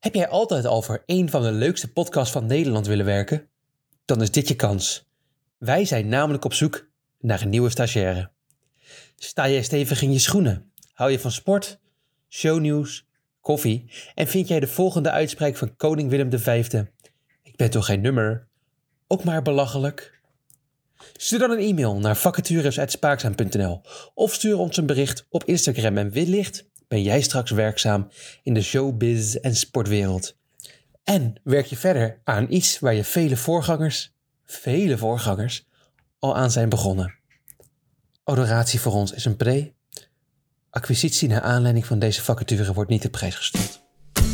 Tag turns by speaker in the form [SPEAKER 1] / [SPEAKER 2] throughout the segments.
[SPEAKER 1] Heb jij altijd al voor een van de leukste podcasts van Nederland willen werken? Dan is dit je kans. Wij zijn namelijk op zoek naar een nieuwe stagiaire. Sta jij stevig in je schoenen? Hou je van sport, shownieuws, koffie? En vind jij de volgende uitspraak van koning Willem V? Ik ben toch geen nummer? Ook maar belachelijk? Stuur dan een e-mail naar vacatures.spaakzaam.nl of stuur ons een bericht op Instagram en wellicht ben jij straks werkzaam in de showbiz en sportwereld. En werk je verder aan iets waar je vele voorgangers, vele voorgangers, al aan zijn begonnen. Adoratie voor ons is een pre. Acquisitie naar aanleiding van deze vacature wordt niet de prijs gesteld.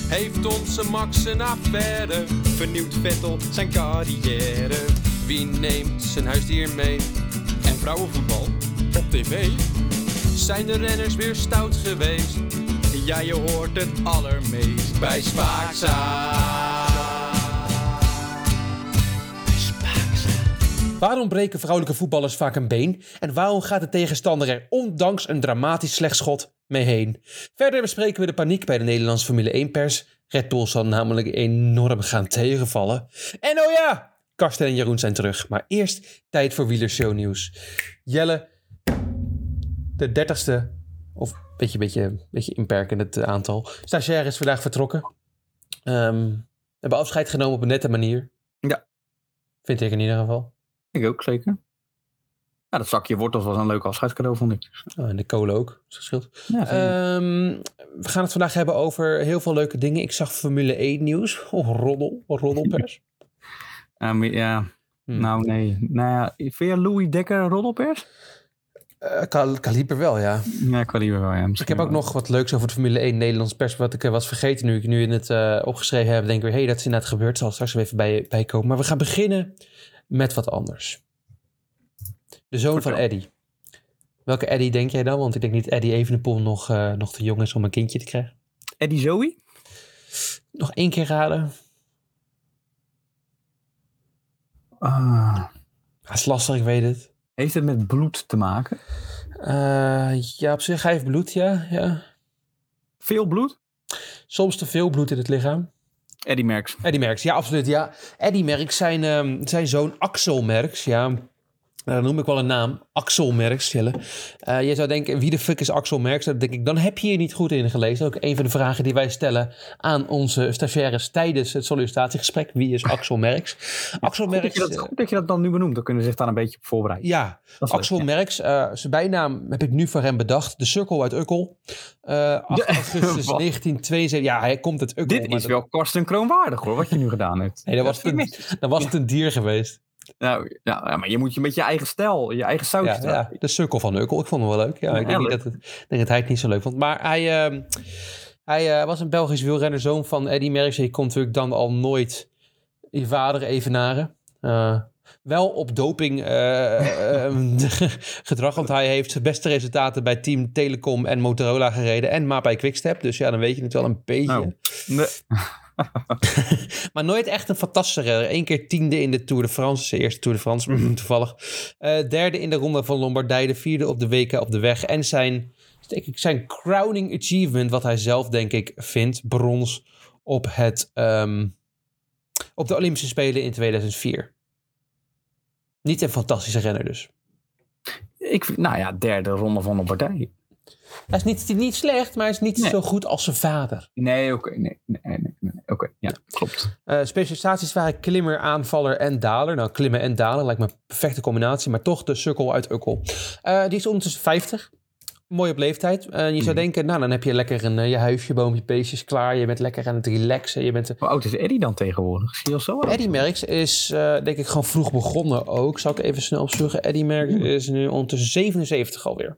[SPEAKER 2] Heeft onze Max een affaire? Vernieuwt Vettel zijn carrière? Wie neemt zijn huisdier mee? En vrouwenvoetbal op tv? Zijn de renners weer stout geweest? Ja, je hoort het allermeest bij Spaakzaam.
[SPEAKER 1] Waarom breken vrouwelijke voetballers vaak een been? En waarom gaat de tegenstander er ondanks een dramatisch slecht schot mee heen? Verder bespreken we de paniek bij de Nederlandse Formule 1-pers. Red Bull zal namelijk enorm gaan tegenvallen. En oh ja, Karsten en Jeroen zijn terug. Maar eerst tijd voor wielershow-nieuws. Jelle, de dertigste, of een beetje, beetje, beetje inperkend het eh, aantal, stagiair is vandaag vertrokken. Ehm hebben afscheid genomen op een nette manier.
[SPEAKER 3] Ja.
[SPEAKER 1] Vind ik in ieder geval.
[SPEAKER 3] Ik ook, zeker. Ja, dat zakje wortels was een leuk afscheidscadeau, vond ik. Eh,
[SPEAKER 1] Oh, en de kolen ook, dat scheelt.
[SPEAKER 3] Ja, zeker.
[SPEAKER 1] Ehm, we gaan het vandaag hebben over heel veel leuke dingen. Ik zag Formule 1 nieuws. Oh, roddel, roddelpers.
[SPEAKER 3] Ja, maar- ja,
[SPEAKER 1] Hmm.
[SPEAKER 3] nou nee. Nou ja, vind jij Louis Dekker een roddelpers?
[SPEAKER 1] Eh, ka- Kaliber wel, ja.
[SPEAKER 3] Ja, qua liever wel, ja.
[SPEAKER 1] Ik
[SPEAKER 3] misschien
[SPEAKER 1] heb ook
[SPEAKER 3] wel.
[SPEAKER 1] nog wat leuks over de Formule 1 Nederlands pers, wat ik eh, was vergeten nu ik nu in het eh, opgeschreven heb. Denk ik weer, hé, hey, dat is inderdaad gebeurd. Zal straks weer even bij, bij komen. Maar we gaan beginnen met wat anders. De zoon van
[SPEAKER 3] Vertel.
[SPEAKER 1] Eddy. Welke Eddy denk jij dan? Want ik denk niet Eddy Evenepoel nog, eh, nog te jong is om een kindje te krijgen.
[SPEAKER 3] Eddie Zoe?
[SPEAKER 1] Nog één keer raden.
[SPEAKER 3] Ah,
[SPEAKER 1] Dat is lastig, ik weet het.
[SPEAKER 3] heeft het met bloed te maken?
[SPEAKER 1] Eh, ja, op zich, hij heeft bloed, ja. ja.
[SPEAKER 3] Veel bloed?
[SPEAKER 1] Soms te veel bloed in het lichaam.
[SPEAKER 3] Eddie Merckx.
[SPEAKER 1] Eddy Merckx, ja, absoluut, ja. Eddy Merckx, zijn, ehm, zijn zoon Axel Merckx, ja. Nou, Dan noem ik wel een naam. Axel Merckx, Jelle. Eh, je zou denken, wie de fuck is Axel Merckx? Dat denk ik, dan heb je hier niet goed in gelezen. Ook een van de vragen die wij stellen aan onze stagiaires tijdens het sollicitatiegesprek. Wie is Axel Merckx? Axel
[SPEAKER 3] Goed dat,
[SPEAKER 1] Merckx...
[SPEAKER 3] je dat,
[SPEAKER 1] eh,
[SPEAKER 3] goed dat je dat dan nu benoemt. Dan kunnen ze zich daar een beetje op voorbereiden.
[SPEAKER 1] ja,
[SPEAKER 3] Dat is leuk,
[SPEAKER 1] Axel
[SPEAKER 3] ja.
[SPEAKER 1] Merks, eh, zijn bijnaam heb ik nu voor hem bedacht. De Cirkel uit Ukkel. Eh 8
[SPEAKER 3] Ja,
[SPEAKER 1] augustus
[SPEAKER 3] wat?
[SPEAKER 1] 1972. Ja, hij komt uit Ukkel.
[SPEAKER 3] Dit
[SPEAKER 1] maar
[SPEAKER 3] is
[SPEAKER 1] dat-
[SPEAKER 3] wel Karsten Kroonwaardig hoor, wat je nu gedaan hebt.
[SPEAKER 1] Nee, dat was
[SPEAKER 3] vind ik
[SPEAKER 1] het. Dan was het een dier geweest.
[SPEAKER 3] mis. Nou, ja, ja, maar je moet je met je eigen stijl, je eigen
[SPEAKER 1] Ja,
[SPEAKER 3] sausje. doen.
[SPEAKER 1] ja, de Cirkel van Ukkel. Ik vond hem wel leuk. Ja, ik
[SPEAKER 3] Ja,
[SPEAKER 1] denk, niet dat
[SPEAKER 3] leuk.
[SPEAKER 1] het, ik denk dat hij het niet zo leuk vond. Maar hij, eh, hij eh, was een Belgisch wielrenner, zoon van Eddy Merckx. Je kon natuurlijk dan al nooit je vader evenaren. Eh, wel op doping eh, ehm, gedrag, want hij heeft de beste resultaten bij Team Telecom en Motorola gereden en maar bij Quickstep. Dus ja, dan weet je het wel een beetje.
[SPEAKER 3] Nou. Nee,
[SPEAKER 1] Maar nooit echt een fantastische renner. Eén keer tiende in de Tour de France, zijn eerste Tour de France, mm, toevallig. Eh, derde in de Ronde van Lombardije, de vierde op de weken op de weg. En zijn, denk ik, zijn crowning achievement, wat hij zelf denk ik vindt, brons op, het, ehm, op de Olympische Spelen in 2004. Niet een fantastische renner dus.
[SPEAKER 3] ik, vind- nou ja, derde ronde van de partij.
[SPEAKER 1] Hij is niet, niet slecht, maar hij is niet
[SPEAKER 3] Nee.
[SPEAKER 1] zo goed als zijn vader.
[SPEAKER 3] Nee, oké. nee, nee, nee, nee, nee, oké. ja, klopt.
[SPEAKER 1] Eh, specialisaties waren klimmer, aanvaller en daler. Nou, klimmen en dalen lijkt me een perfecte combinatie, maar toch de sukkel uit Ukkel. Eh, die is ondertussen 50. Mooi op leeftijd. En je zou denken, nou, dan heb je lekker een, eh, je huisje, boompje, beestjes klaar. Je bent lekker aan het relaxen. Je bent eh,
[SPEAKER 3] Hoe oud is Eddie dan tegenwoordig? Is hij al zo oud?
[SPEAKER 1] Eddie Merckx is, eh, denk ik, gewoon vroeg begonnen ook. Zal ik even snel opzoeken. Eddie Merckx is nu ondertussen 77 alweer.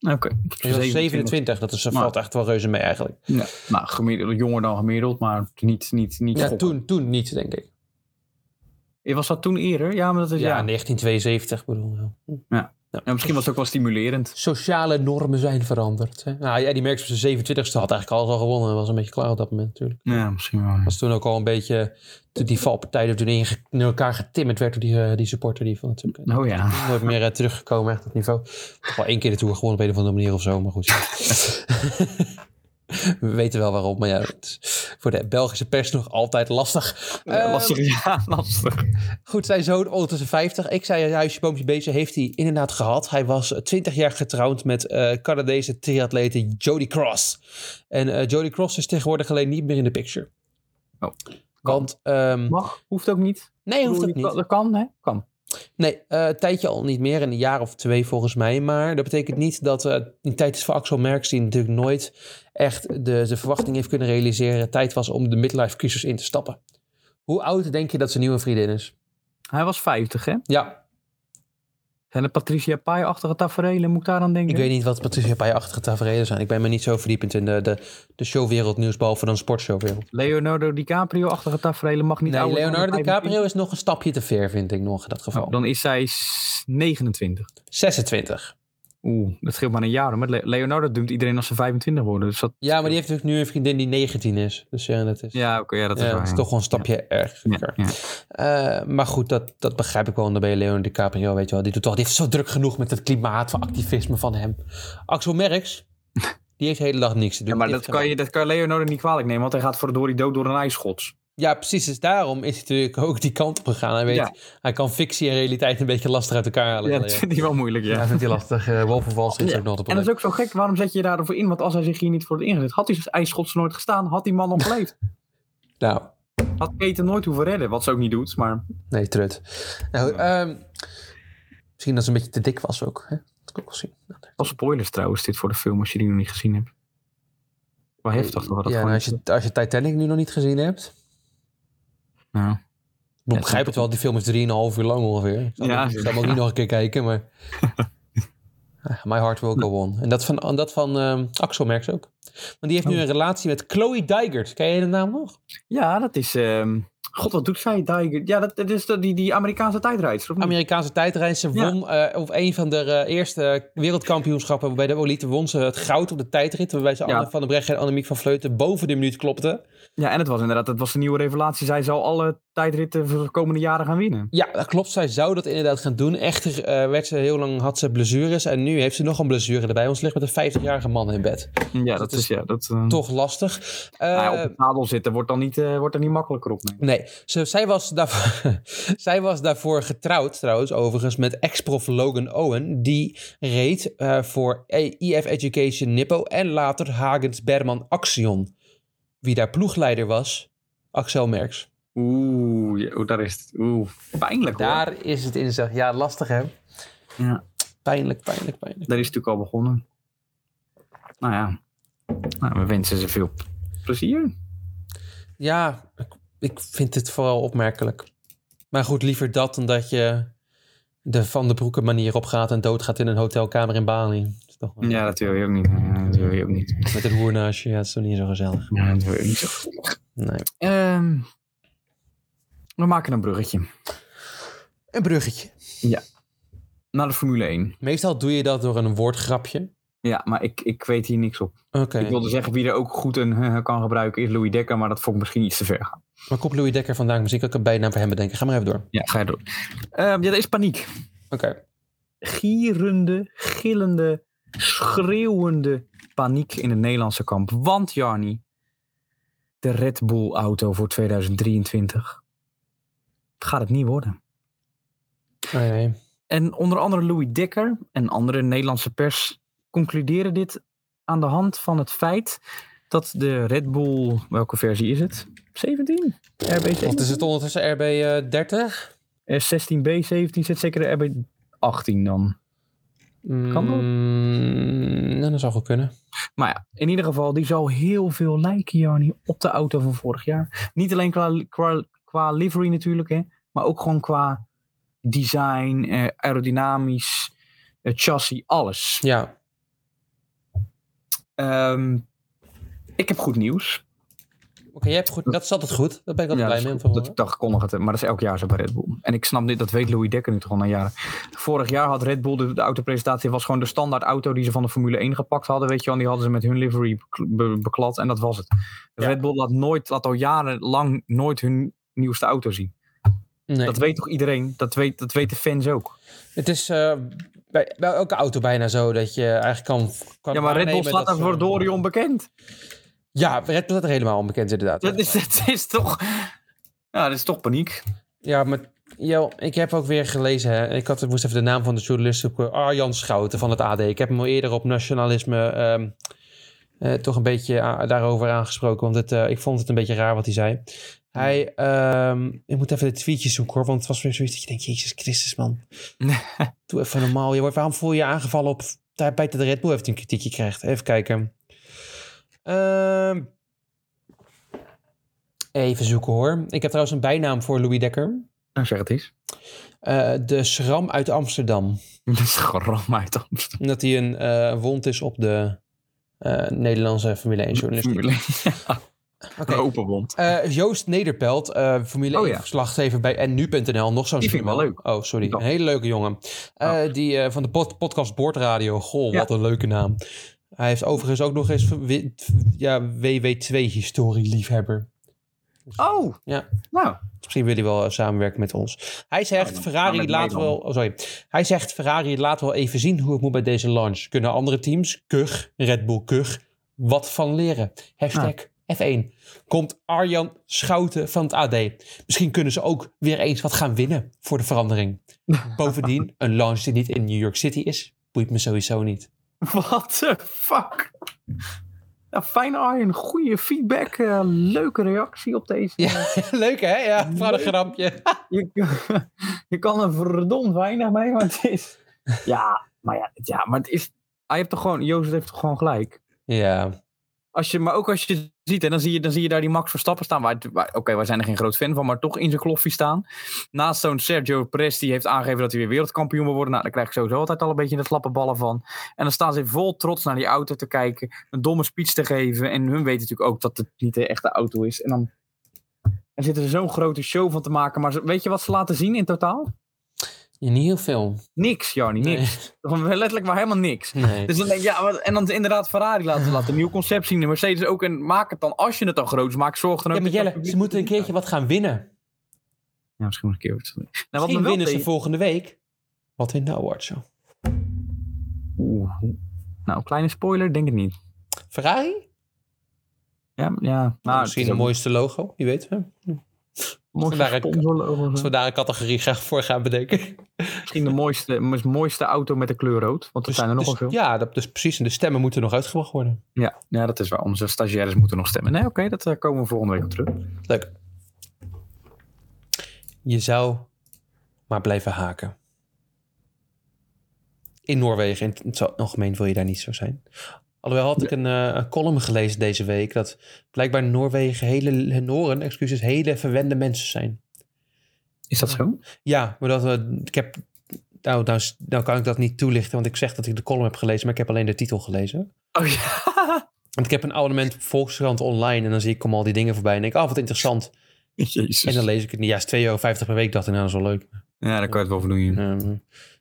[SPEAKER 3] Oké.
[SPEAKER 1] Hij was 27, dat is, eh,
[SPEAKER 3] Maar-
[SPEAKER 1] valt echt wel reuze mee eigenlijk.
[SPEAKER 3] Ja, nou, gemiddeld, jonger dan gemiddeld, maar niet, niet, niet
[SPEAKER 1] Ja,
[SPEAKER 3] schokkend.
[SPEAKER 1] toen, toen niet, denk ik.
[SPEAKER 3] Eh, Was dat toen eerder? Ja, maar dat is,
[SPEAKER 1] Ja,
[SPEAKER 3] ja,
[SPEAKER 1] 1972 bedoel ik.
[SPEAKER 3] Ja, misschien was het ook wel stimulerend.
[SPEAKER 1] sociale normen zijn veranderd. Hè? Nou, ja, die Merckx op zijn 27ste had eigenlijk alles al gewonnen. en was een beetje klaar op dat moment natuurlijk.
[SPEAKER 3] Ja, misschien wel.
[SPEAKER 1] Was toen ook al een beetje... Toen die valpartij er toen in, ge- in elkaar getimmerd werd door die, eh, die supporter. Die van natuurlijk
[SPEAKER 3] Oh ja.
[SPEAKER 1] eh, nooit meer eh, teruggekomen echt op niveau. Toch wel één keer de Tour gewonnen op een of andere manier of zo. Maar goed. We weten wel waarom, maar ja, het is voor de Belgische pers nog altijd lastig.
[SPEAKER 3] Ja,
[SPEAKER 1] Ehm,
[SPEAKER 3] lastig, ja, lastig.
[SPEAKER 1] Goed, zijn zoon ondertussen 50. Ik zei, huisje, boompje, beestje heeft hij inderdaad gehad. Hij was eh, 20 jaar getrouwd met eh, Canadese triatlete Jody Cross. En eh, Jody Cross is tegenwoordig alleen niet meer in de picture.
[SPEAKER 3] Oh.
[SPEAKER 1] Want, ehm,
[SPEAKER 3] Mag, hoeft ook niet.
[SPEAKER 1] nee, hoeft ook niet.
[SPEAKER 3] Dat kan, hè? Kan.
[SPEAKER 1] Nee, eh, een tijdje al niet meer, in een jaar of twee volgens mij. Maar dat betekent niet dat eh een tijd is voor Axel Merks, die natuurlijk nooit echt de, de verwachting heeft kunnen realiseren. Tijd was om de midlife crisis in te stappen. Hoe oud denk je dat zijn nieuwe vriendin is?
[SPEAKER 3] Hij was 50, hè?
[SPEAKER 1] Ja,
[SPEAKER 3] Zijn er Patricia Pai-achtige tafereelen? Moet ik daar aan denken?
[SPEAKER 1] Ik weet niet wat Patricia Pai-achtige tafereelen zijn. Ik ben me niet zo verdiepend in de, de, de showwereld nieuws, behalve dan sportshowwereld.
[SPEAKER 3] Leonardo DiCaprio-achtige tafereelen mag niet
[SPEAKER 1] Nee,
[SPEAKER 3] ouder dan
[SPEAKER 1] Leonardo
[SPEAKER 3] 25.
[SPEAKER 1] DiCaprio is nog een stapje te ver, vind ik nog in dat geval.
[SPEAKER 3] Oh, dan is zij s- 29.
[SPEAKER 1] 26.
[SPEAKER 3] Oeh, dat scheelt maar een jaar. hoor. Maar Le- Leonardo doet iedereen als ze 25 worden. Dus dat,
[SPEAKER 1] Ja, maar die heeft natuurlijk nu een vriendin die 19 is. Dus ja, dat is,
[SPEAKER 3] ja, oké, ja, dat
[SPEAKER 1] ja,
[SPEAKER 3] is waar.
[SPEAKER 1] dat is
[SPEAKER 3] ja.
[SPEAKER 1] toch wel een stapje
[SPEAKER 3] Ja,
[SPEAKER 1] erger.
[SPEAKER 3] ja.
[SPEAKER 1] Eh, maar goed, dat, dat begrijp ik wel. En dan ben je Leonardo DiCaprio, weet je wel. Die, doet toch, die heeft zo druk genoeg met het klimaat van activisme van hem. Axel Merks, die heeft de hele dag niks te doen.
[SPEAKER 3] Ja, maar
[SPEAKER 1] Die
[SPEAKER 3] dat
[SPEAKER 1] heeft
[SPEAKER 3] kan, je, dat kan Leonardo niet kwalijk nemen, want hij gaat voor de dood door een ijsschots.
[SPEAKER 1] Ja, precies. Dus daarom is hij natuurlijk ook die kant op gegaan. Hij weet,
[SPEAKER 3] Ja.
[SPEAKER 1] hij kan fictie en realiteit een beetje lastig uit elkaar halen.
[SPEAKER 3] Ja, dat vindt hij wel moeilijk, ja.
[SPEAKER 1] Ja, vindt hij lastig. Uh, Wolf of Wall Street is
[SPEAKER 3] Ja.
[SPEAKER 1] ook nog het
[SPEAKER 3] En dat
[SPEAKER 1] probleem.
[SPEAKER 3] is ook zo gek, waarom zet je je daarvoor in? Want als hij zich hier niet voor had ingezet, had hij zijn ijsschots nooit gestaan, had die man nog geleefd.
[SPEAKER 1] Nou,
[SPEAKER 3] Had Keten nooit hoeven redden, wat ze ook niet doet, maar...
[SPEAKER 1] nee, trut. Nou, ehm, misschien dat ze een beetje te dik was ook. Hè? Dat kan ik wel zien.
[SPEAKER 3] Als spoilers trouwens, dit voor de film, als je die nog niet gezien hebt. Wel heftig, dat we dat
[SPEAKER 1] ja,
[SPEAKER 3] gewoon...
[SPEAKER 1] en als, je, als je Titanic nu nog niet gezien hebt...
[SPEAKER 3] Nou,
[SPEAKER 1] Ik begrijp het wel, die film is 3,5 uur lang ongeveer. Ik zal
[SPEAKER 3] Ja.
[SPEAKER 1] hem- ik zal hem ook niet nog een keer kijken, maar... Ah, My Heart Will Go On. En dat van, en dat van ehm, Axel Merks ook. Want die heeft nu
[SPEAKER 3] Oh.
[SPEAKER 1] een relatie met Chloe Digert. Ken je de naam nog?
[SPEAKER 3] Ja, dat is... ehm, God, wat doet zij? Tiger? Ja, dat, dat is dat- die, die Amerikaanse tijdrijdster, of niet?
[SPEAKER 1] Amerikaanse tijdrijden. Ze
[SPEAKER 3] Ja.
[SPEAKER 1] won eh, op een van de eh, eerste wereldkampioenschappen waarbij de elite won ze het goud op de tijdrit. Waarbij ze
[SPEAKER 3] Ja.
[SPEAKER 1] Anne van der Breggen en Annemiek van Vleuten boven de minuut klopten.
[SPEAKER 3] Ja, en het was inderdaad, het was een nieuwe revelatie. Zij zal alle tijdritten voor de komende jaren gaan winnen.
[SPEAKER 1] Ja, dat klopt. Zij zou dat inderdaad gaan doen. Echter eh, werd ze heel lang, had ze blessures. En nu heeft ze nog een blessure erbij. Ons ligt met een 50-jarige man in bed.
[SPEAKER 3] Ja,
[SPEAKER 1] dat
[SPEAKER 3] dat
[SPEAKER 1] is
[SPEAKER 3] is... Ja, dat, eh,
[SPEAKER 1] Toch lastig. Eh,
[SPEAKER 3] nou ja, op het zadel zitten wordt dan niet, eh, wordt er niet makkelijker op. nee.
[SPEAKER 1] Nee, ze, zij, was daarvoor, zij was daarvoor getrouwd trouwens, overigens, met ex-prof Logan Owen. Die reed eh, voor E- EF Education Nippo en later Hagens Berman Axion. Wie daar ploegleider was, Axel Merks.
[SPEAKER 3] Oeh, ja, oeh, daar is het. Oeh, pijnlijk hoor. Daar,
[SPEAKER 1] Daar is het in zeg. Ja, lastig hè?
[SPEAKER 3] Ja.
[SPEAKER 1] Pijnlijk, pijnlijk, pijnlijk.
[SPEAKER 3] is het natuurlijk al begonnen. Nou ja, nou, we wensen ze veel plezier.
[SPEAKER 1] Ja, ik, ik vind dit vooral opmerkelijk. Maar goed, liever dat dan dat je de Van de Broeken manier opgaat en doodgaat in een hotelkamer in Bali. Dat is toch wel-
[SPEAKER 3] Ja, dat wil je ook niet. Ja, dat wil je ook niet.
[SPEAKER 1] Met het hoernaasje, ja, dat is toch niet zo gezellig.
[SPEAKER 3] Ja, dat wil je ook niet.
[SPEAKER 1] Nee.
[SPEAKER 3] Ehm, we maken een bruggetje
[SPEAKER 1] Een bruggetje.
[SPEAKER 3] naar de Formule 1.
[SPEAKER 1] Meestal doe je dat door een woordgrapje.
[SPEAKER 3] Ja, maar ik, ik weet hier niks op.
[SPEAKER 1] Oké.
[SPEAKER 3] Ik wilde zeggen, wie er ook goed een eh, kan gebruiken is Louis Dekker, maar dat vond ik misschien iets te ver gaan.
[SPEAKER 1] Maar komt Louis Dekker vandaag misschien ook een bijnaam voor hem bedenken. Ga maar even door.
[SPEAKER 3] Ja, ga je door. Ehm, ja, er is paniek.
[SPEAKER 1] Oké.
[SPEAKER 3] gierende, gillende, schreeuwende paniek in het Nederlandse kamp. Want Jarni, de Red Bull auto voor 2023 gaat het niet worden.
[SPEAKER 1] Nee, nee.
[SPEAKER 3] En onder andere Louis Dekker en andere Nederlandse pers concluderen dit aan de hand van het feit dat de Red Bull, welke versie is het? 17? RB17?
[SPEAKER 1] Wat is het ondertussen? RB30?
[SPEAKER 3] Eh, 16B, 17 zit zeker de RB18 dan. Kan dat?
[SPEAKER 1] Mm, nou, dat zou goed kunnen.
[SPEAKER 3] Maar ja, in ieder geval, die zal heel veel lijken, Jarni, op de auto van vorig jaar. Niet alleen qua, qua, qua livery natuurlijk, hè, maar ook gewoon qua design, eh, aerodynamisch, eh, chassis, alles.
[SPEAKER 1] Ja.
[SPEAKER 3] Ehm, ik heb goed nieuws.
[SPEAKER 1] Oké, jij hebt goed. Dat is altijd goed. Daar ben ik
[SPEAKER 3] Ja,
[SPEAKER 1] altijd
[SPEAKER 3] dat,
[SPEAKER 1] blij
[SPEAKER 3] is
[SPEAKER 1] mee om
[SPEAKER 3] goed.
[SPEAKER 1] te horen.
[SPEAKER 3] dat ik dacht, kon nog het, maar dat is elk jaar zo bij Red Bull. En ik snap dit, dat weet Louis Dekker nu toch al een jaren. Vorig jaar had Red Bull, de, de autopresentatie was gewoon de standaard auto die ze van de Formule 1 gepakt hadden, weet je wel. En die hadden ze met hun livery bek- be- beklad en dat was het.
[SPEAKER 1] Ja.
[SPEAKER 3] Red Bull laat, nooit, laat al jarenlang nooit hun nieuwste auto zien.
[SPEAKER 1] Nee.
[SPEAKER 3] Dat weet toch iedereen? Dat weet, dat weet de fans ook?
[SPEAKER 1] Het is eh, Bij, bij elke auto bijna zo dat je eigenlijk kan. kan
[SPEAKER 3] Ja, maar Red Bull
[SPEAKER 1] waarnemen
[SPEAKER 3] staat
[SPEAKER 1] dat eh,
[SPEAKER 3] daar
[SPEAKER 1] ze-
[SPEAKER 3] verdorie onbekend.
[SPEAKER 1] Ja, Red Bull staat er helemaal onbekend inderdaad.
[SPEAKER 3] Dat is, dat is toch... Ja, dat is toch paniek.
[SPEAKER 1] Ja, maar yo, ik heb ook weer gelezen. Hè, ik had, ik moest even de naam van de journalist zoeken. Arjan Schouten van het AD. Ik heb hem al eerder op nationalisme ehm, eh, toch een beetje a- daarover aangesproken. Want het, eh, ik vond het een beetje raar wat hij zei. Hij, ehm, ik moet even de tweetjes zoeken hoor. Want het was weer zoiets dat je denkt, Jezus Christus man. Doe even normaal. Je wordt, waarom voel je je aangevallen op daar bij de Red Bull heeft een kritiekje krijgt. Even kijken. Ehm, even zoeken hoor. Ik heb trouwens een bijnaam voor Louis Dekker.
[SPEAKER 3] Nou, zeg het eens.
[SPEAKER 1] Eh, de schram uit Amsterdam.
[SPEAKER 3] Dat is gewoon uit Amsterdam.
[SPEAKER 1] Omdat hij een eh, wond is op de eh, Nederlandse Formule 1 journalist.
[SPEAKER 3] Formule
[SPEAKER 1] Oké.
[SPEAKER 3] open wond.
[SPEAKER 1] Eh, Joost Nederpelt, eh, Formule
[SPEAKER 3] Oh
[SPEAKER 1] 1
[SPEAKER 3] ja.
[SPEAKER 1] verslaggever bij en nu.nl. Nog zo'n
[SPEAKER 3] Die vind ik wel
[SPEAKER 1] journal. Oh, sorry.
[SPEAKER 3] Ja.
[SPEAKER 1] Een hele leuke jongen. Eh, Die eh, van de pod- podcast Boordradio. Goh,
[SPEAKER 3] Ja.
[SPEAKER 1] wat een leuke naam. Hij heeft overigens ook nog eens wi- ja, WW2-historie-liefhebber.
[SPEAKER 3] Oh!
[SPEAKER 1] Ja.
[SPEAKER 3] Nou,
[SPEAKER 1] Misschien wil hij wel eh, samenwerken met ons. Hij
[SPEAKER 3] Oh,
[SPEAKER 1] zegt,
[SPEAKER 3] dan- dan
[SPEAKER 1] Ferrari
[SPEAKER 3] met
[SPEAKER 1] laat
[SPEAKER 3] mij dan.
[SPEAKER 1] wel... Oh, sorry. Hij zegt, Ferrari laat wel even zien hoe het moet bij deze launch. Kunnen andere teams, KUG, Red Bull KUG, wat van leren? Hashtag F1. Komt Arjan Schouten van het AD. Misschien kunnen ze ook weer eens wat gaan winnen voor de verandering. Bovendien, een launch die niet in New York City is, boeit me sowieso niet.
[SPEAKER 3] what the fuck? Nou, fijn Arjen, goede feedback. eh, leuke reactie op deze. eh,
[SPEAKER 1] Ja, leuk hè? Ja, voor een grampje.
[SPEAKER 3] Je, je kan er verdomd weinig mee, maar het is... Ja, maar ja, het- ja, maar het is... Hij heeft toch gewoon... Jozef heeft toch gewoon gelijk?
[SPEAKER 1] Ja,
[SPEAKER 3] Als je, maar ook als je het ziet, en dan zie je, dan zie je daar die Max Verstappen staan. waar het- waar- Oké, wij zijn er geen groot fan van, maar toch in zijn kloffie staan. Naast zo'n Sergio Perez, die heeft aangegeven dat hij weer wereldkampioen wil worden. Nou, daar krijg ik sowieso altijd al een beetje de slappe ballen van. En dan staan ze vol trots naar die auto te kijken, een domme speech te geven. En hun weten natuurlijk ook dat het niet de echte auto is. En dan er zitten ze zo'n grote show van te maken. Maar ze- weet je wat ze laten zien in totaal?
[SPEAKER 1] niet heel veel.
[SPEAKER 3] Niks, Jarny, niks. Gewoon Letterlijk maar helemaal niks.
[SPEAKER 1] Nee.
[SPEAKER 3] Dus dan denk ik, ja, wat- en dan inderdaad Ferrari laten laten. Een nieuw concept zien. De Mercedes ook. En maak het dan, als je het dan groot maakt, zorg dan ook...
[SPEAKER 1] Ja, maar
[SPEAKER 3] dat
[SPEAKER 1] Jelle,
[SPEAKER 3] je dat
[SPEAKER 1] ze
[SPEAKER 3] publiek-
[SPEAKER 1] moeten een keertje wat gaan winnen.
[SPEAKER 3] Ja, misschien nog een keer. wat- Nou, wat
[SPEAKER 1] Misschien
[SPEAKER 3] me wel
[SPEAKER 1] winnen ze
[SPEAKER 3] tegen-
[SPEAKER 1] volgende week. Wat nou, in de award show.
[SPEAKER 3] Oeh. Nou, kleine spoiler, denk ik niet. Nou,
[SPEAKER 1] Ferrari?
[SPEAKER 3] Ja, ja. Nou,
[SPEAKER 1] Misschien het mooiste logo, wie weet. Hè?
[SPEAKER 3] Mhm.
[SPEAKER 1] vandaar ik- Als we
[SPEAKER 3] mooiste...
[SPEAKER 1] daar een categorie graag voor gaan bedenken.
[SPEAKER 3] Misschien de mooiste, mo- mooiste auto met de kleur rood. Want er
[SPEAKER 1] Dus-
[SPEAKER 3] zijn er
[SPEAKER 1] dus-
[SPEAKER 3] nogal veel. Ja.
[SPEAKER 1] Ja, dat, dus precies. En de stemmen moeten nog uitgebracht worden.
[SPEAKER 3] Ja, dat is waar. Onze stagiaires moeten nog stemmen. Nee, oké, dat eh, komen we volgende week op terug.
[SPEAKER 1] Leuk. Je zou maar blijven haken. In Noorwegen, in het zo- algemeen wil je daar niet zo zijn. Alhoewel had ik een, eh, een column gelezen deze week... dat blijkbaar Noorwegen, hele, Noren, excuses, hele verwende mensen zijn.
[SPEAKER 3] Is dat zo? Oh,
[SPEAKER 1] Ja, maar dat, eh, ik heb. Nou, nou, s- nou kan ik dat niet toelichten, want ik zeg dat ik de column heb gelezen, maar ik heb alleen de titel gelezen.
[SPEAKER 3] Oh ja.
[SPEAKER 1] Want ik heb een abonnement op Volkskrant online en dan zie ik kom al die dingen voorbij en denk, oh wat interessant. En
[SPEAKER 3] Jezus.
[SPEAKER 1] dan lees ik het niet. Ja, het is 2,50 euro per week, dacht ik, nou dat is wel leuk.
[SPEAKER 3] Ja, daar kan je het wel voor doen. joh.
[SPEAKER 1] Ehm,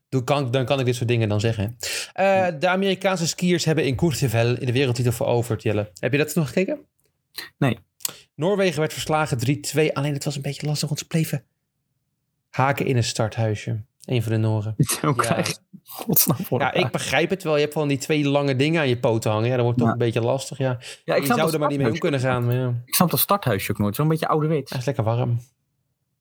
[SPEAKER 1] doe, kan, dan kan ik dit soort dingen dan zeggen. Eh, de Amerikaanse skiers hebben in Courchevel in de wereldtitel veroverd, Jelle. Heb je dat nog gekeken?
[SPEAKER 3] Nee.
[SPEAKER 1] Noorwegen werd verslagen 3-2, alleen het was een beetje lastig, want ze bleven haken in een starthuisje. Een van de Noren.
[SPEAKER 3] Zo Oh, krijg je godsnaam voor
[SPEAKER 1] Ja, ik
[SPEAKER 3] elkaar.
[SPEAKER 1] begrijp het wel. Je hebt van die twee lange dingen aan je poten hangen. Ja, dat wordt toch
[SPEAKER 3] Ja.
[SPEAKER 1] een beetje lastig. Ja.
[SPEAKER 3] ja,
[SPEAKER 1] je zou
[SPEAKER 3] dat
[SPEAKER 1] er maar niet mee om
[SPEAKER 3] starthuisje.
[SPEAKER 1] kunnen gaan. Maar ja.
[SPEAKER 3] Ik snap dat starthuisje ook nooit. Zo'n beetje ouderwets.
[SPEAKER 1] Hij is lekker warm.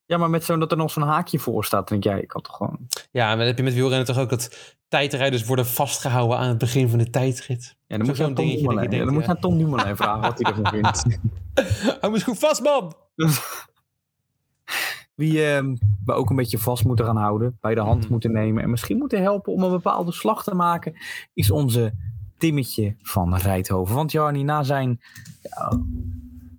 [SPEAKER 3] Ja, maar met zo'n dat er nog zo'n haakje voor staat. Dan denk jij, ik kan toch gewoon.
[SPEAKER 1] Ja, maar dan heb je met wielrennen toch ook dat tijdrijders worden vastgehouden aan het begin van de tijdrit.
[SPEAKER 3] Ja, dan moet je
[SPEAKER 1] zo'n
[SPEAKER 3] aan Tom
[SPEAKER 1] dingetje dat je
[SPEAKER 3] Dumoulin. Ja,
[SPEAKER 1] denkt,
[SPEAKER 3] dan moet je
[SPEAKER 1] ja.
[SPEAKER 3] aan Tom Dumoulin vragen wat hij ervan vindt.
[SPEAKER 1] Hou me goed vast, man!
[SPEAKER 3] Wie ehm, we ook een beetje vast moeten gaan houden, bij de hand
[SPEAKER 1] Mhm.
[SPEAKER 3] moeten nemen en misschien moeten helpen om een bepaalde slag te maken, is onze Timmetje van Rijthoven. Want Jarny, na zijn ja,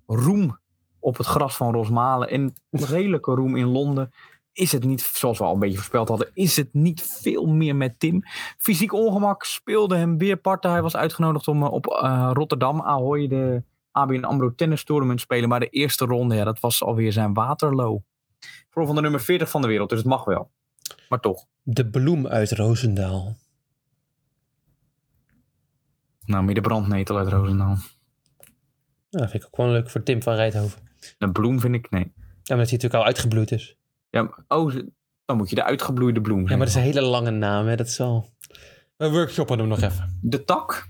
[SPEAKER 3] roem op het gras van Rosmalen en redelijke roem in Londen, is het niet, zoals we al een beetje voorspeld hadden, is het niet veel meer met Tim. Fysiek ongemak speelde hem weer parten. Hij was uitgenodigd om eh, op eh, Rotterdam, Ahoy, de ABN AMRO Tennis Tournament te spelen. Maar de eerste ronde, ja, dat was alweer zijn Waterloo. Voor van de nummer 40 van de wereld, dus het mag wel. Maar toch.
[SPEAKER 1] De bloem uit Roosendaal.
[SPEAKER 3] Nou, meer de brandnetel uit Roosendaal.
[SPEAKER 1] Nou, dat vind ik ook gewoon leuk voor Tim van Rijthoven.
[SPEAKER 3] De bloem vind ik, nee.
[SPEAKER 1] Ja, omdat hij natuurlijk al uitgebloeid is.
[SPEAKER 3] Ja, maar- oh, ze- Dan moet je de uitgebloeide bloem
[SPEAKER 1] Ja, maar dat is
[SPEAKER 3] zeggen.
[SPEAKER 1] een hele lange naam, hè? dat is wel... We workshoppen hem nog even.
[SPEAKER 3] De tak?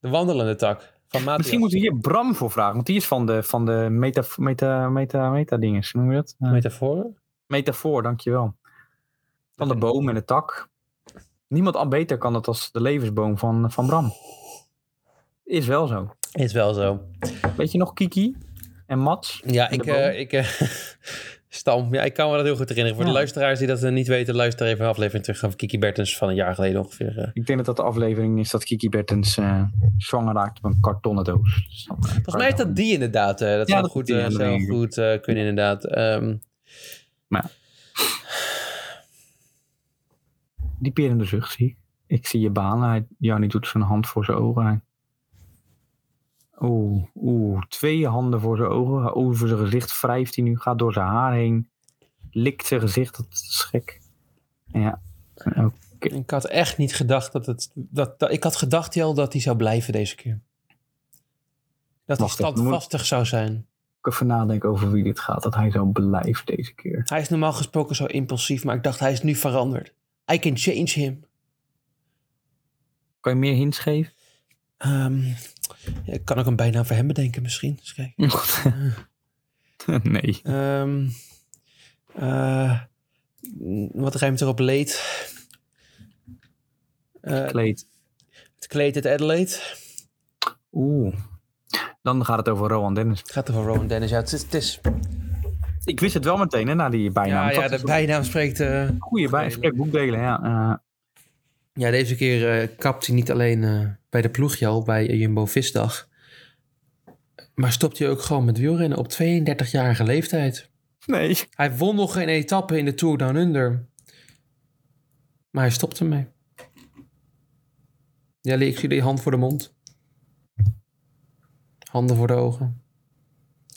[SPEAKER 1] De wandelende tak van Matthias.
[SPEAKER 3] Misschien moeten we hier Bram voor vragen. Want die is van de, van de meta, meta, meta, meta dinges. Hoe noem je dat? Eh,
[SPEAKER 1] Metafoor?
[SPEAKER 3] metafoor, dankjewel. Van de boom en de tak. Niemand al beter kan het als de levensboom van, van Bram. Is wel zo.
[SPEAKER 1] Is wel zo.
[SPEAKER 3] Weet je nog Kiki en Mats?
[SPEAKER 1] Ja,
[SPEAKER 3] En
[SPEAKER 1] ik,
[SPEAKER 3] de boom?
[SPEAKER 1] eh, ik eh, stam. Ja, ik kan me dat heel goed herinneren. Voor de
[SPEAKER 3] Ja.
[SPEAKER 1] luisteraars die dat eh, niet weten, luister even een aflevering terug van Kiki Bertens van een jaar geleden ongeveer. eh.
[SPEAKER 3] Ik denk dat dat de aflevering is dat Kiki Bertens eh, zwanger raakt op een kartonnen doos. Dus dat-
[SPEAKER 1] Volgens mij is dat die inderdaad. eh, dat
[SPEAKER 3] Ja,
[SPEAKER 1] zou
[SPEAKER 3] dat
[SPEAKER 1] goed,
[SPEAKER 3] is die,
[SPEAKER 1] eh,
[SPEAKER 3] ja,
[SPEAKER 1] zou
[SPEAKER 3] denk ik.
[SPEAKER 1] goed eh, kunnen inderdaad. Ehm,
[SPEAKER 3] Die perende zucht zie ik. Ik zie je baan. Hij, Jani doet zijn hand voor zijn ogen. Hij- Oeh, oeh. Twee handen voor zijn ogen. Over zijn gezicht wrijft hij nu. Gaat door zijn haar heen. Likt zijn gezicht. Dat is gek. Ja. Ook-
[SPEAKER 1] ik had echt niet gedacht dat het... Dat, dat- ik had gedacht heel dat hij zou blijven deze keer. Dat hij
[SPEAKER 3] Wacht even,
[SPEAKER 1] standvastig zou zijn.
[SPEAKER 3] Ik even nadenken over wie dit gaat. Dat hij zo blijft deze keer.
[SPEAKER 1] Hij is normaal gesproken zo impulsief, maar ik dacht hij is nu veranderd. I can change him.
[SPEAKER 3] Kan je meer hints geven?
[SPEAKER 1] Ehm, ja, ik kan ook een bijnaam voor hem bedenken misschien. Eens kijken.
[SPEAKER 3] nee.
[SPEAKER 1] Ehm, eh, n- wat ruimt erop leed? Eh,
[SPEAKER 3] Kleed.
[SPEAKER 1] het kleed uit Adelaide.
[SPEAKER 3] Oeh. Dan gaat het over Rowan Dennis.
[SPEAKER 1] Het gaat er van Rowan Dennis. Ja, het is... Het is
[SPEAKER 3] Ik wist het wel meteen hè, na die bijnaam.
[SPEAKER 1] ja, ja,
[SPEAKER 3] dat
[SPEAKER 1] de
[SPEAKER 3] is
[SPEAKER 1] bijnaam spreekt... eh,
[SPEAKER 3] een goede bij.
[SPEAKER 1] bijnaam.
[SPEAKER 3] Spreek boekdelen, ja. Eh,
[SPEAKER 1] ja, deze keer eh, kapt hij niet alleen eh, bij de ploegje al, bij Jumbo Visdag. Maar stopt hij ook gewoon met wielrennen op 32-jarige leeftijd.
[SPEAKER 3] nee.
[SPEAKER 1] Hij won nog geen etappe in de Tour Down Under. Maar hij stopt ermee. Jelle, ik zie die hand voor de mond. Handen voor de ogen.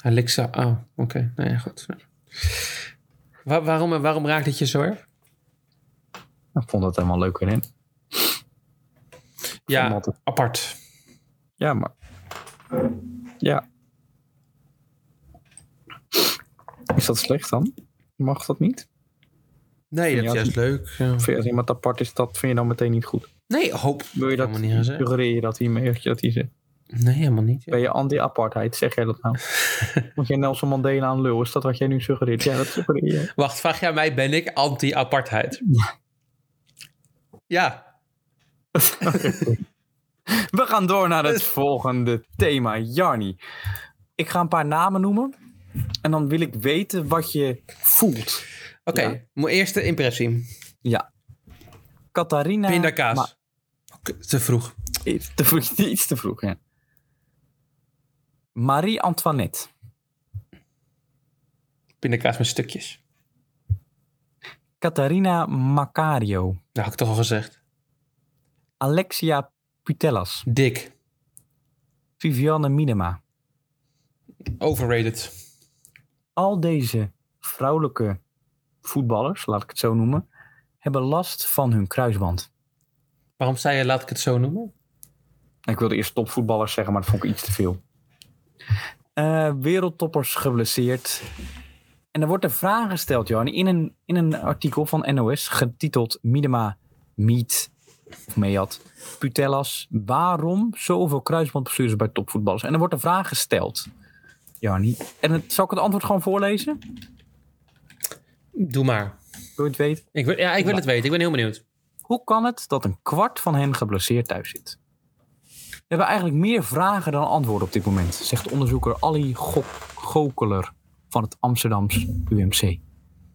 [SPEAKER 1] Hij likt zo... Ah, oké. Nee, ja, goed. Ja. Wa- waarom, eh, waarom raakt het je zo erg?
[SPEAKER 3] Ik vond dat helemaal leuk erin.
[SPEAKER 1] Ja, apart.
[SPEAKER 3] Ja, maar. Ja. Is dat slecht dan? Mag dat niet?
[SPEAKER 1] Nee, dat
[SPEAKER 3] Ja,
[SPEAKER 1] is juist leuk. ja.
[SPEAKER 3] Vind je als iemand apart is, dat vind je dan meteen niet goed.
[SPEAKER 1] Nee, hoop.
[SPEAKER 3] Wil je dat
[SPEAKER 1] Helemaal niet gezegd.
[SPEAKER 3] suggereer je dat hiermee? dat je dat hier zit?
[SPEAKER 1] Nee, helemaal niet.
[SPEAKER 3] Ben je anti-apartheid? Zeg jij dat nou? Moet jij Nelson Mandela aan lul? Is dat wat jij nu suggereert? Ja, dat suggereer je.
[SPEAKER 1] Wacht, vraag jij mij, ben ik anti-apartheid? Ja,
[SPEAKER 3] We gaan door naar het volgende thema, Jarni. Ik ga een paar namen noemen. En dan wil ik weten wat je voelt.
[SPEAKER 1] oké.
[SPEAKER 3] Ja.
[SPEAKER 1] Mijn eerste impressie.
[SPEAKER 3] Catharina.
[SPEAKER 1] Pindakaas.
[SPEAKER 3] Ma-
[SPEAKER 1] Oké, Te vroeg.
[SPEAKER 3] Iets te vroeg, iets te vroeg ja. Marie-Antoinette.
[SPEAKER 1] Pindakaas met stukjes.
[SPEAKER 3] Catharina Macario.
[SPEAKER 1] Dat Nou, had ik toch al gezegd.
[SPEAKER 3] Alexia Putellas.
[SPEAKER 1] Dik.
[SPEAKER 3] Viviane Minema.
[SPEAKER 1] Overrated.
[SPEAKER 3] Al deze vrouwelijke voetballers, laat ik het zo noemen, hebben last van hun kruisband.
[SPEAKER 1] Waarom zei je, laat ik het zo noemen?
[SPEAKER 3] Ik wilde eerst topvoetballers zeggen, maar dat vond ik iets te veel. Eh, wereldtoppers geblesseerd. En er wordt een vraag gesteld, Johan, in een, in een artikel van NOS getiteld Midema Meet of Meat Putellas. Waarom zoveel kruisbandblessures bij topvoetballers? En er wordt een vraag gesteld, Johan. En het, zal ik het antwoord gewoon voorlezen?
[SPEAKER 1] Doe maar.
[SPEAKER 3] Wil je het weten?
[SPEAKER 1] Ik wil, ja, ik wil het weten. Ik ben heel benieuwd.
[SPEAKER 3] Hoe kan het dat een kwart van hen geblesseerd thuis zit? We hebben eigenlijk meer vragen dan antwoorden op dit moment, zegt onderzoeker Ali Gok- Gokeler van het Amsterdams UMC.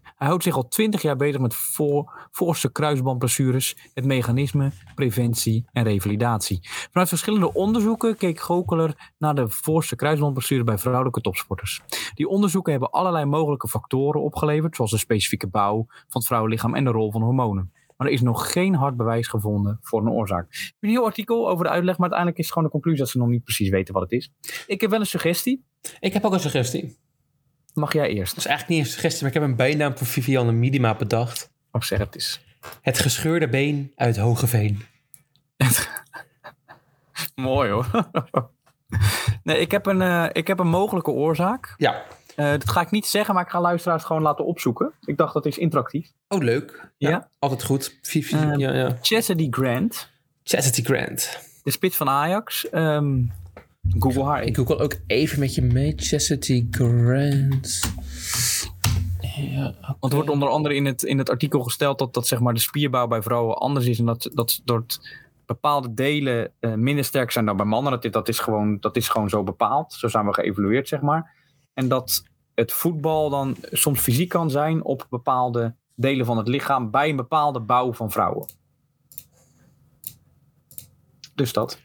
[SPEAKER 3] Hij houdt zich al twintig jaar bezig met voor, forse kruisbandblessures, het mechanisme, preventie en revalidatie. Vanuit verschillende onderzoeken keek Gokeler naar de forse kruisbandblessures bij vrouwelijke topsporters. Die onderzoeken hebben allerlei mogelijke factoren opgeleverd, zoals de specifieke bouw van het vrouwenlichaam en de rol van hormonen. Maar er is nog geen hard bewijs gevonden voor een oorzaak. Een heel artikel over de uitleg, maar uiteindelijk is gewoon de conclusie dat ze nog niet precies weten wat het is. Ik heb wel een suggestie.
[SPEAKER 1] Ik heb ook een suggestie.
[SPEAKER 3] Mag jij eerst?
[SPEAKER 1] Dat is eigenlijk niet een suggestie, maar ik heb een bijnaam voor Vivianne Midima bedacht.
[SPEAKER 3] Of zeg het eens.
[SPEAKER 1] Het gescheurde been uit Hogeveen.
[SPEAKER 3] Mooi hoor. nee, ik heb, een, eh, ik heb een mogelijke oorzaak.
[SPEAKER 1] Ja.
[SPEAKER 3] Eh, dat ga ik niet zeggen, maar ik ga luisteraars gewoon laten opzoeken. Ik dacht dat is interactief.
[SPEAKER 1] Oh, leuk.
[SPEAKER 3] Ja.
[SPEAKER 1] Altijd goed. Vier, vier,
[SPEAKER 3] Ehm,
[SPEAKER 1] ja, ja.
[SPEAKER 3] Chastity Grant,
[SPEAKER 1] Chastity Grant.
[SPEAKER 3] de spits van Ajax. ehm, Google haar.
[SPEAKER 1] Ik google ook even met je mee. Chastity Grant. Ja, oké.
[SPEAKER 3] Want er wordt onder andere in het, in het artikel gesteld dat, dat zeg maar de spierbouw bij vrouwen anders is. En dat, dat, dat bepaalde delen eh, minder sterk zijn dan bij mannen. Dat, dit- dat, is gewoon, dat is gewoon zo bepaald. Zo zijn we geëvalueerd, zeg maar. En dat het voetbal dan soms fysiek kan zijn op bepaalde delen van het lichaam. bij een bepaalde bouw van vrouwen. Dus dat.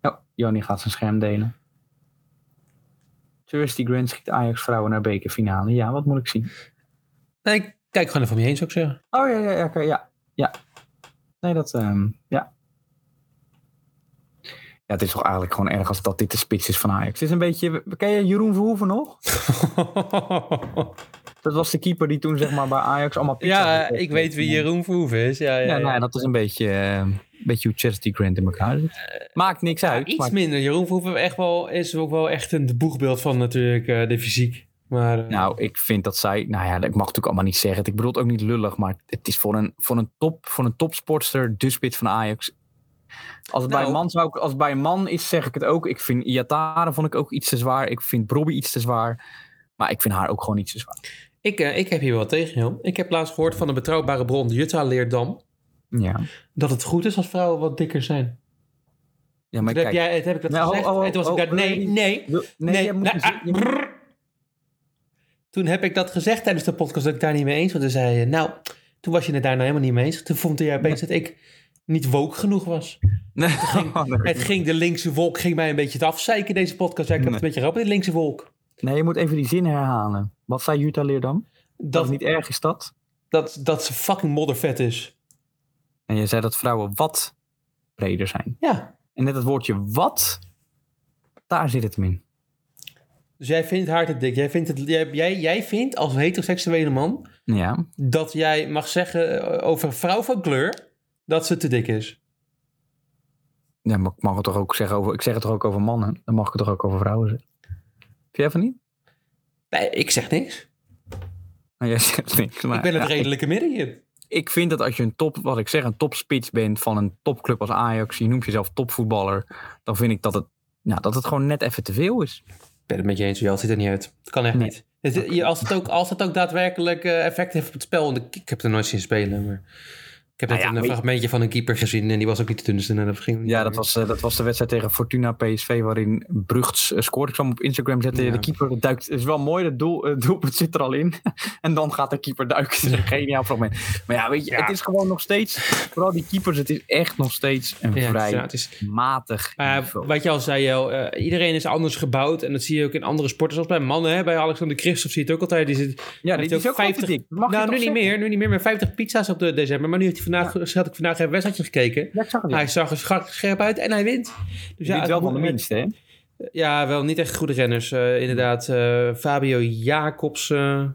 [SPEAKER 3] Ja, Joni gaat zijn scherm delen. Thirsty Grant schiet Ajax vrouwen naar bekerfinale. Ja, wat moet ik zien?
[SPEAKER 1] Nee, kijk gewoon even om je heen, zou ik zeggen.
[SPEAKER 3] Oh ja, ja, ja, oké, ja. ja. Nee, dat, ehm, ja. Ja, het is toch eigenlijk gewoon erg als dat dit de spits is van Ajax. Het is een beetje, ken je Jeroen Verhoeven nog? Dat was de keeper die toen zeg maar bij Ajax allemaal pizza
[SPEAKER 1] ja,
[SPEAKER 3] verkocht
[SPEAKER 1] ik weet wie
[SPEAKER 3] heeft.
[SPEAKER 1] Jeroen Verhoeven is. Ja, ja,
[SPEAKER 3] Ja, nou ja,
[SPEAKER 1] ja.
[SPEAKER 3] dat is een beetje, ehm, een beetje hoe Charity Grant in elkaar zit. Maakt niks uit.
[SPEAKER 1] Iets
[SPEAKER 3] maar-
[SPEAKER 1] minder. Jeroen Verhoeven echt wel, is ook wel echt een boegbeeld van natuurlijk eh, de fysiek. Maar eh,
[SPEAKER 3] Nou, ik vind dat zij. Nou ja, ik mag natuurlijk allemaal niet zeggen. Ik bedoel het ook niet lullig, maar het is voor een, voor een, top, voor een topsportster de spits van Ajax. Als het, bij
[SPEAKER 1] Nou.
[SPEAKER 3] een man zou, ik- als het bij een man is, zeg ik het ook. Ik vind Iatare vond ik ook iets te zwaar. Ik vind Brobby iets te zwaar. Maar ik vind haar ook gewoon iets te zwaar.
[SPEAKER 1] ik, eh, ik heb hier wel tegen, joh. Ik heb laatst gehoord van een betrouwbare bron, Jutta Leerdam,
[SPEAKER 3] Ja,
[SPEAKER 1] dat het goed is als vrouwen wat dikker zijn.
[SPEAKER 3] ja maar
[SPEAKER 1] Toen
[SPEAKER 3] kijk.
[SPEAKER 1] Dus heb,
[SPEAKER 3] Nou,
[SPEAKER 1] jij, het heb ik dat
[SPEAKER 3] Nee, ho,
[SPEAKER 1] gezegd.
[SPEAKER 3] ho, ho,
[SPEAKER 1] en toen was
[SPEAKER 3] ho,
[SPEAKER 1] ik daar, nee,
[SPEAKER 3] nee.
[SPEAKER 1] nee,
[SPEAKER 3] oh, wil- nee,
[SPEAKER 1] nee,
[SPEAKER 3] jij moet
[SPEAKER 1] nou,
[SPEAKER 3] dus-
[SPEAKER 1] ah,
[SPEAKER 3] je moet-
[SPEAKER 1] brrr. Toen heb ik dat gezegd tijdens de podcast dat ik daar niet mee eens was. Toen zei je, nou, toen was je het daarna helemaal niet mee eens. Toen vond jij opeens dat ik niet woke genoeg was.
[SPEAKER 3] Nee.
[SPEAKER 1] Het ging, de linkse wolk ging mij een beetje te afzeiken deze podcast. Ja, ik heb het een beetje grappig, de linkse wolk.
[SPEAKER 3] nee, je moet even die zin herhalen. Wat zei Jutta Leerdam? Dat
[SPEAKER 1] Dat,
[SPEAKER 3] is niet erg, is dat?
[SPEAKER 1] dat, dat ze fucking moddervet is.
[SPEAKER 3] En je zei dat vrouwen wat breder zijn.
[SPEAKER 1] Ja,
[SPEAKER 3] En net het woordje wat, daar zit het hem in.
[SPEAKER 1] dus jij vindt haar te dik. Jij vindt, het, jij, jij, jij vindt als heteroseksuele man
[SPEAKER 3] Ja.
[SPEAKER 1] dat jij mag zeggen eh, over een vrouw van kleur dat ze te dik is.
[SPEAKER 3] Ja, maar ik mag het toch ook zeggen over. Ik zeg het toch ook over mannen. Dan mag ik het toch ook over vrouwen zeggen. Vind jij van niet?
[SPEAKER 1] Nee, ik zeg niks.
[SPEAKER 3] Nou, jij zegt niks. Maar,
[SPEAKER 1] Ik ben het
[SPEAKER 3] ja, ik,
[SPEAKER 1] redelijke midden hier.
[SPEAKER 3] ik vind dat als je een top, wat ik zeg, een topspits bent van een topclub als Ajax, je noemt jezelf topvoetballer, dan vind ik dat het, nou, dat het gewoon net even te veel is.
[SPEAKER 1] Ik ben het met je eens, Jel. ziet er niet uit. Het kan echt
[SPEAKER 3] Nee.
[SPEAKER 1] niet. Het- je- als, het ook, als het ook daadwerkelijk eh, effect heeft op het spel. want ik, ik heb het er nooit zien spelen, maar... Ik heb
[SPEAKER 3] Nou
[SPEAKER 1] net
[SPEAKER 3] ja,
[SPEAKER 1] een
[SPEAKER 3] maar je-
[SPEAKER 1] fragmentje van een keeper gezien en die was ook niet te dun. Dus daarna ging het
[SPEAKER 3] Ja,
[SPEAKER 1] niet
[SPEAKER 3] dat
[SPEAKER 1] meer.
[SPEAKER 3] was, eh, dat was de wedstrijd tegen Fortuna PSV, waarin Brugts eh, scoort. Ik kwam op Instagram zetten,
[SPEAKER 1] Ja.
[SPEAKER 3] de keeper duikt. Het is wel mooi, het doel, eh, doelpunt zit er al in. en dan gaat de keeper duiken. Het is een geniaal fragment. Maar ja, weet je, het is gewoon nog steeds, vooral die keepers, het is echt nog steeds een
[SPEAKER 1] Ja, het is-
[SPEAKER 3] vrij
[SPEAKER 1] ja, het is-
[SPEAKER 3] matig
[SPEAKER 1] Maar ja,
[SPEAKER 3] niveau.
[SPEAKER 1] wat je al zei, Jel, eh, iedereen is anders gebouwd. En dat zie je ook in andere sporten. Zoals bij mannen, hè, bij Alexander Christophe zie je het ook altijd. Die zit,
[SPEAKER 3] Ja,
[SPEAKER 1] heeft
[SPEAKER 3] dit is
[SPEAKER 1] ook
[SPEAKER 3] ook 50
[SPEAKER 1] 50
[SPEAKER 3] dik. Dat Mag je
[SPEAKER 1] nou,
[SPEAKER 3] toch
[SPEAKER 1] nu niet
[SPEAKER 3] zeggen?
[SPEAKER 1] meer, nu niet meer. Maar 50 pizza's op de december. Maar nu heeft hij vandaag, had ik vandaag een wedstrijdje gekeken.
[SPEAKER 3] Ja, ik zag het.
[SPEAKER 1] Hij zag er scha- scherp uit en hij wint. Dus
[SPEAKER 3] Dit is
[SPEAKER 1] het
[SPEAKER 3] wel
[SPEAKER 1] moet-
[SPEAKER 3] van de minste, hè?
[SPEAKER 1] Ja, wel niet echt goede renners. Eh, inderdaad, eh, Fabio Jacobs. eh, ja,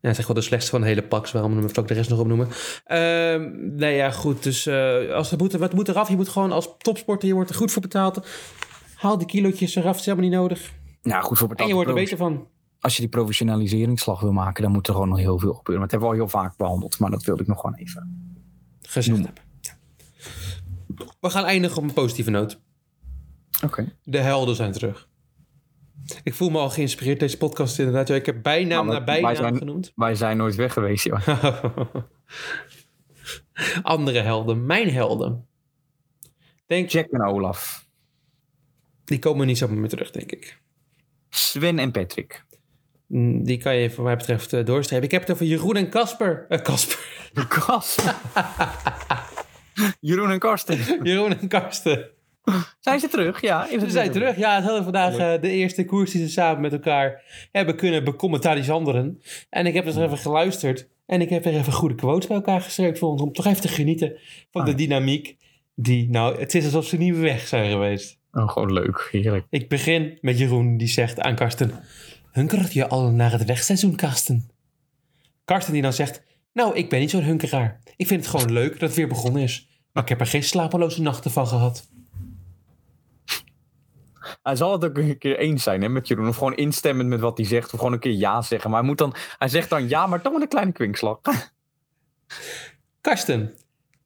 [SPEAKER 1] het is echt wel de slechtste van de hele pak. Waarom moet ik de rest nog opnoemen? Ehm nee, ja, goed. Dus eh, als het moet, wat moet eraf? Je moet gewoon als topsporter, je wordt er goed voor betaald. Haal die kilootjes eraf, het is helemaal niet nodig.
[SPEAKER 3] Nou, goed voor
[SPEAKER 1] En
[SPEAKER 3] betaald.
[SPEAKER 1] je wordt er beter van.
[SPEAKER 3] Als je die professionaliseringsslag wil maken, dan moet er gewoon nog heel veel gebeuren. Maar dat hebben we al heel vaak behandeld, maar dat wilde ik nog gewoon even.
[SPEAKER 1] Gezegd hebben. Ja. We gaan eindigen op een positieve noot.
[SPEAKER 3] Oké.
[SPEAKER 1] De helden zijn terug. Ik voel me al geïnspireerd deze podcast inderdaad. Ik heb bijnaam
[SPEAKER 3] Nou,
[SPEAKER 1] naar
[SPEAKER 3] wij
[SPEAKER 1] bijnaam
[SPEAKER 3] zijn-
[SPEAKER 1] genoemd.
[SPEAKER 3] Wij zijn nooit weg geweest, joh.
[SPEAKER 1] Andere helden, mijn helden. Denk,
[SPEAKER 3] Jack en Olaf.
[SPEAKER 1] die komen niet zomaar meer terug, denk ik.
[SPEAKER 3] Sven en Patrick.
[SPEAKER 1] Mm, Die kan je, voor mij betreft, eh, doorstrepen. Ik heb het over Jeroen en Casper. Eh, Casper.
[SPEAKER 3] Karsten. Jeroen en Karsten.
[SPEAKER 1] Jeroen en Karsten.
[SPEAKER 3] Zijn ze terug? Ja, even
[SPEAKER 1] Ze zijn terug. Ja, het hadden vandaag eh, de eerste koers die ze samen met elkaar hebben kunnen becommentarisanderen. En ik heb dus even geluisterd. En ik heb er even goede quotes bij elkaar gestrekt voor ons. Om toch even te genieten van de
[SPEAKER 3] Ah.
[SPEAKER 1] dynamiek. Die, nou, het is alsof ze niet meer weg zijn geweest.
[SPEAKER 3] Oh, gewoon leuk. Heerlijk.
[SPEAKER 1] Ik begin met Jeroen die zegt aan Karsten: Hunkert je al naar het wegseizoen, Karsten? Karsten die dan zegt: Nou, ik ben niet zo'n hunkeraar. Ik vind het gewoon leuk dat het weer begonnen is. Maar ik heb er geen slapeloze nachten van gehad.
[SPEAKER 3] Hij zal het ook een keer eens zijn hè, met Jeroen. Of gewoon instemmend met wat hij zegt. Of gewoon een keer ja zeggen. Maar hij, moet dan, hij zegt dan ja, maar toch met een kleine kwinkslag.
[SPEAKER 1] Karsten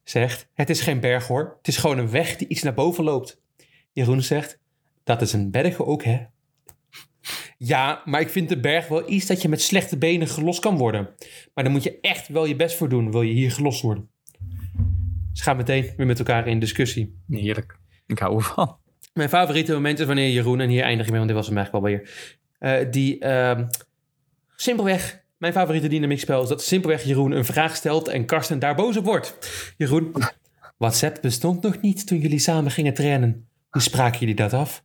[SPEAKER 1] zegt, het is geen berg hoor. Het is gewoon een weg die iets naar boven loopt. Jeroen zegt, dat is een bergen ook hè. Ja, maar ik vind de berg wel iets dat je met slechte benen gelost kan worden. Maar dan moet je echt wel je best voor doen, wil je hier gelost worden. Ze gaan meteen weer met elkaar in discussie.
[SPEAKER 3] Heerlijk. Ik hou ervan.
[SPEAKER 1] Mijn favoriete moment is wanneer Jeroen, en hier eindig ik mee, want dit was hem eigenlijk wel weer. eh, die ehm, simpelweg, mijn favoriete dynamiekspel is dat simpelweg Jeroen een vraag stelt en Karsten daar boos op wordt. Jeroen, WhatsApp bestond nog niet toen jullie samen gingen trainen. Hoe spraken jullie dat af?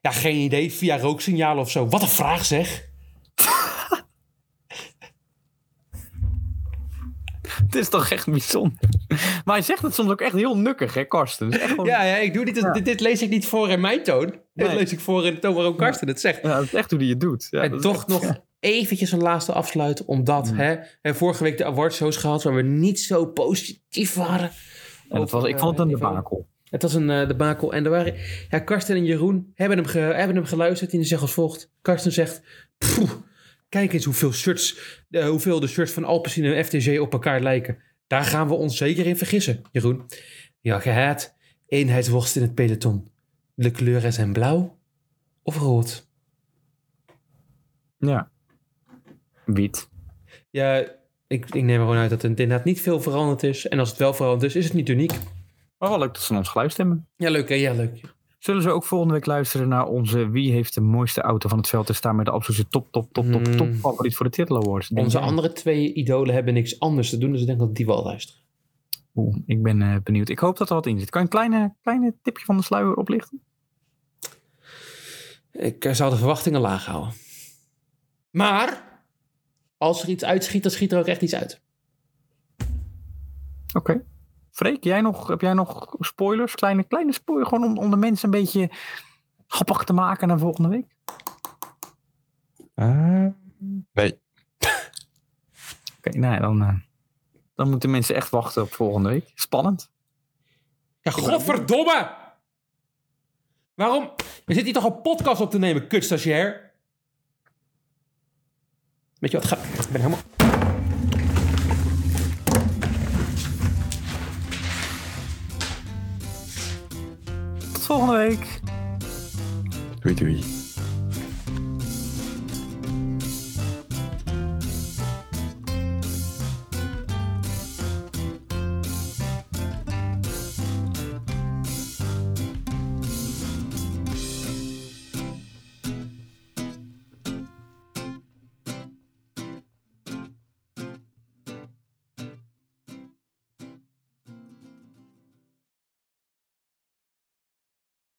[SPEAKER 1] Ja, geen idee, via rooksignalen of zo. Wat een vraag zeg.
[SPEAKER 3] Het is toch echt bijzonder. Maar hij zegt het soms ook echt heel nukkig, hè, Karsten? Het is echt gewoon-
[SPEAKER 1] Ja, ja, ik doe dit, dit, dit lees ik niet voor in mijn toon. Dit
[SPEAKER 3] Nee.
[SPEAKER 1] lees ik voor in de toon waarom Karsten het zegt.
[SPEAKER 3] Ja, dat is echt hoe hij het doet. Ja,
[SPEAKER 1] en
[SPEAKER 3] dat is
[SPEAKER 1] toch
[SPEAKER 3] echt-
[SPEAKER 1] nog eventjes een laatste afsluit. Omdat
[SPEAKER 3] Mm.
[SPEAKER 1] hè, we hebben vorige week de awardshows gehad waar we niet zo positief waren.
[SPEAKER 3] En dat was,
[SPEAKER 1] Over,
[SPEAKER 3] ik vond het
[SPEAKER 1] eh,
[SPEAKER 3] een
[SPEAKER 1] even-
[SPEAKER 3] debakel.
[SPEAKER 1] Het was een eh, debakel. En er waren, ja, Karsten en Jeroen hebben hem, ge- hebben hem geluisterd. En die zeggen als volgt. Karsten zegt, "Pff, kijk eens hoeveel, shirts, eh, hoeveel de shirts van Alpecin en FTG op elkaar lijken. Daar gaan we ons zeker in vergissen, Jeroen. Ja, gehaat. Eenheidsworst in het peloton. De kleuren zijn blauw of rood.
[SPEAKER 3] Ja. Wiet.
[SPEAKER 1] Ja, ik, ik neem er gewoon uit dat het inderdaad niet veel veranderd is. En als het wel veranderd is, is het niet uniek.
[SPEAKER 3] Maar wel leuk dat ze naar ons geluisterd hebben.
[SPEAKER 1] Ja, leuk hè? Ja, leuk.
[SPEAKER 3] Zullen ze ook volgende week luisteren naar onze Wie heeft de mooiste auto van het veld te staan met de absolute top, top, top, top,
[SPEAKER 1] Hmm.
[SPEAKER 3] top favoriet voor de Titel Awards? Denk
[SPEAKER 1] Onze
[SPEAKER 3] jij?
[SPEAKER 1] andere twee idolen hebben niks anders te doen, dus ik denk dat die wel luisteren.
[SPEAKER 3] Oeh, ik ben eh, benieuwd. Ik hoop dat er wat in zit. Kan je een kleine, kleine tipje van de sluier oplichten?
[SPEAKER 1] Ik eh, zou de verwachtingen laag houden. Maar, als er iets uitschiet, dan schiet er ook echt iets uit.
[SPEAKER 3] Oké. Freek, jij nog, heb jij nog spoilers? Kleine, kleine spoiler, gewoon om, om de mensen een beetje grappig te maken naar volgende week?
[SPEAKER 1] Eh,
[SPEAKER 4] Ah, nee.
[SPEAKER 3] Oké, nou ja, dan, eh, dan moeten mensen echt wachten op volgende week. Spannend.
[SPEAKER 1] Ja, godverdomme! Waarom? We zitten hier toch een podcast op te nemen, kutstagiair? Weet je wat? Ga... Ik ben helemaal...
[SPEAKER 3] Tot volgende week.
[SPEAKER 4] Doei doei.